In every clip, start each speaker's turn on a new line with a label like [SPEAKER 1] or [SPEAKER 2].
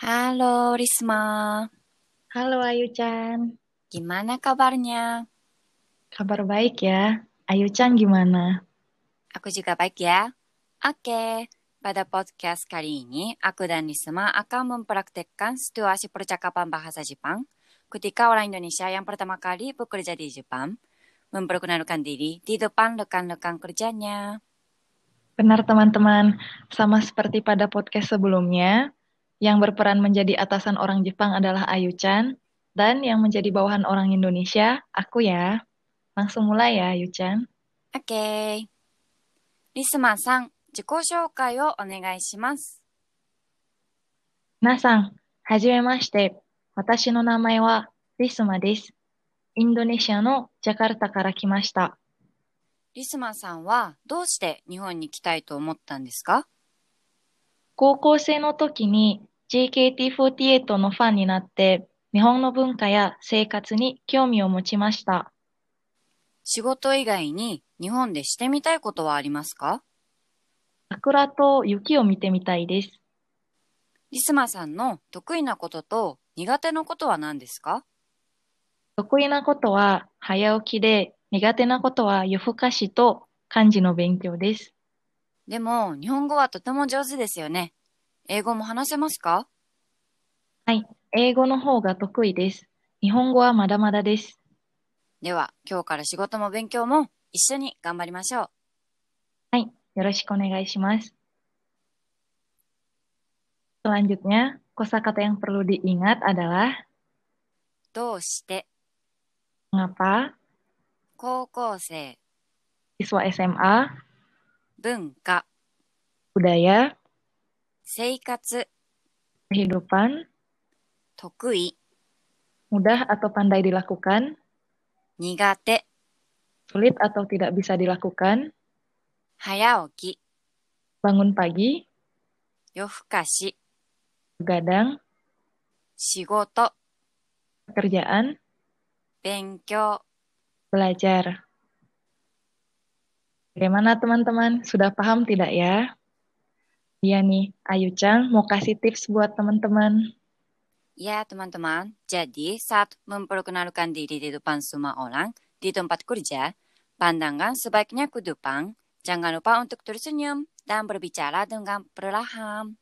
[SPEAKER 1] Halo Risma,
[SPEAKER 2] Halo Ayu Chan,
[SPEAKER 1] gimana kabarnya?
[SPEAKER 2] kabar baik ya? Ayu Chan gimana?
[SPEAKER 1] Aku juga baik ya. Oke, pada podcast kali ini aku dan Risma akan mempraktekkan situasi percakapan bahasa Jepang ketika orang Indonesia yang pertama kali bekerja di Jepang memperkenalkan diri di depan rekan-rekan kerjanya.
[SPEAKER 2] Benar teman-teman, sama seperti pada podcast sebelumnya, yang berperan menjadi atasan orang Jepang adalah Ayu Chan, dan yang menjadi bawahan orang Indonesia, aku ya. Langsung mulai ya Ayu Chan.
[SPEAKER 1] Oke, Risma さん、自己紹介をお願いします。
[SPEAKER 2] 皆さん、はじめまして。私の名前はリスマです。インドネシアのジャカルタから来ました。
[SPEAKER 1] リスマさんはどうして日本に来たいと思ったんですか
[SPEAKER 2] 高校生の時に JKT48 のファンになって、日本の文化や生活に興味を持ちました。
[SPEAKER 1] 仕事以外に日本でしてみたいことはありますか
[SPEAKER 2] 桜と雪を見てみたいです。
[SPEAKER 1] リスマさんの得意なことと苦手なことは何ですか
[SPEAKER 2] 得意なことは早起きで、苦手なことは夜更かしと漢字の勉強です。
[SPEAKER 1] でも、日本語はとても上手ですよね。英語も話せますか
[SPEAKER 2] はい、英語の方が得意です。日本語はまだまだです。
[SPEAKER 1] では、今日から仕事も勉強も一緒に頑張りましょう。
[SPEAKER 2] はい、よろしくお願いします。Selanjutnya, kosakata yang perlu diingat adalah
[SPEAKER 1] どうして、
[SPEAKER 2] mengapa
[SPEAKER 1] 高校生、
[SPEAKER 2] siswa SMA,
[SPEAKER 1] 文化、
[SPEAKER 2] budaya,
[SPEAKER 1] 生活、
[SPEAKER 2] kehidupan,
[SPEAKER 1] 得意、
[SPEAKER 2] mudah atau pandai dilakukan,
[SPEAKER 1] 苦手、
[SPEAKER 2] sulit atau tidak bisa dilakukan,
[SPEAKER 1] 早起き、
[SPEAKER 2] bangun pagi,
[SPEAKER 1] 夜更かし、
[SPEAKER 2] gadang,
[SPEAKER 1] 仕事、
[SPEAKER 2] pekerjaan,
[SPEAKER 1] 勉強。
[SPEAKER 2] belajar. Bagaimana teman-teman? Sudah paham tidak ya? Iya nih, Ayu Chang mau kasih tips buat teman-teman.
[SPEAKER 1] Ya, teman-teman. Jadi, saat memperkenalkan diri di depan semua orang di tempat kerja, pandangan sebaiknya ke depan. Jangan lupa untuk tersenyum dan berbicara dengan perlahan.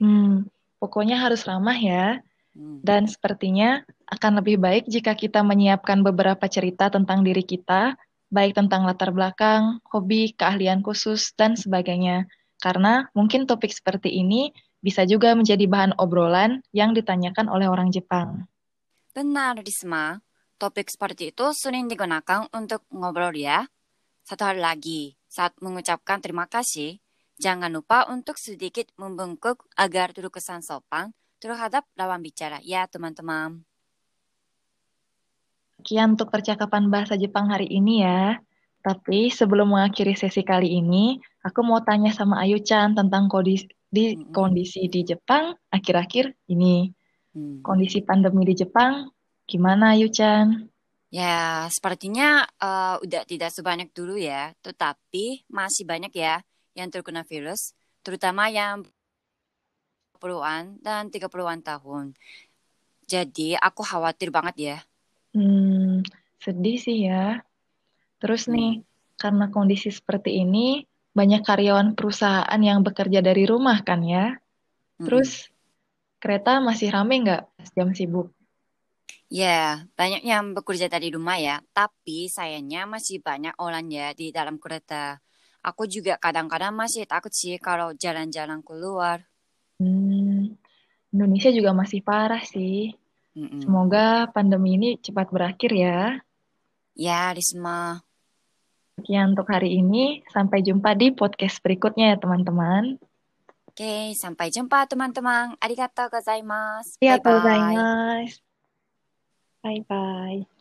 [SPEAKER 2] Hmm, pokoknya harus ramah ya.
[SPEAKER 1] Hmm.
[SPEAKER 2] Dan sepertinya akan lebih baik jika kita menyiapkan beberapa cerita tentang diri kita, baik tentang latar belakang, hobi, keahlian khusus, dan sebagainya. Karena mungkin topik seperti ini bisa juga menjadi bahan obrolan yang ditanyakan oleh orang Jepang.
[SPEAKER 1] Benar, Risma. Topik seperti itu sering digunakan untuk ngobrol ya. Satu hal lagi, saat mengucapkan terima kasih, jangan lupa untuk sedikit membungkuk agar terkesan sopan terhadap lawan bicara ya, teman-teman.
[SPEAKER 2] Sekian untuk percakapan bahasa Jepang hari ini ya. Tapi sebelum mengakhiri sesi kali ini, aku mau tanya sama Ayu Chan tentang kondisi di,
[SPEAKER 1] Mm-mm.
[SPEAKER 2] kondisi di Jepang akhir-akhir ini.
[SPEAKER 1] Hmm.
[SPEAKER 2] Kondisi pandemi di Jepang, gimana Ayu Chan?
[SPEAKER 1] Ya, sepertinya eh, udah tidak sebanyak dulu ya, tetapi masih banyak ya yang terkena virus, terutama yang 20-an dan 30-an tahun. Jadi aku khawatir banget ya.
[SPEAKER 2] Hmm, sedih sih ya. Terus nih,
[SPEAKER 1] Hmm.
[SPEAKER 2] karena kondisi seperti ini, banyak karyawan perusahaan yang bekerja dari rumah kan ya. Terus
[SPEAKER 1] Mm-mm.
[SPEAKER 2] kereta masih rame nggak pas jam sibuk?
[SPEAKER 1] Ya, banyak yang bekerja dari rumah ya, tapi sayangnya masih banyak orang ya di dalam kereta. Aku juga kadang-kadang masih takut sih kalau jalan-jalan keluar.
[SPEAKER 2] Hmm, Indonesia juga masih parah sih.
[SPEAKER 1] Mm-mm.
[SPEAKER 2] Semoga pandemi ini cepat berakhir ya.
[SPEAKER 1] Ya, Risma.
[SPEAKER 2] Sekian untuk hari ini. Sampai jumpa di podcast berikutnya ya teman-teman.
[SPEAKER 1] Oke, sampai jumpa Iya, teman-teman. Arigatou gozaimasu.
[SPEAKER 2] ありがとうござい
[SPEAKER 1] Bye-bye.
[SPEAKER 2] ます。バイバイ。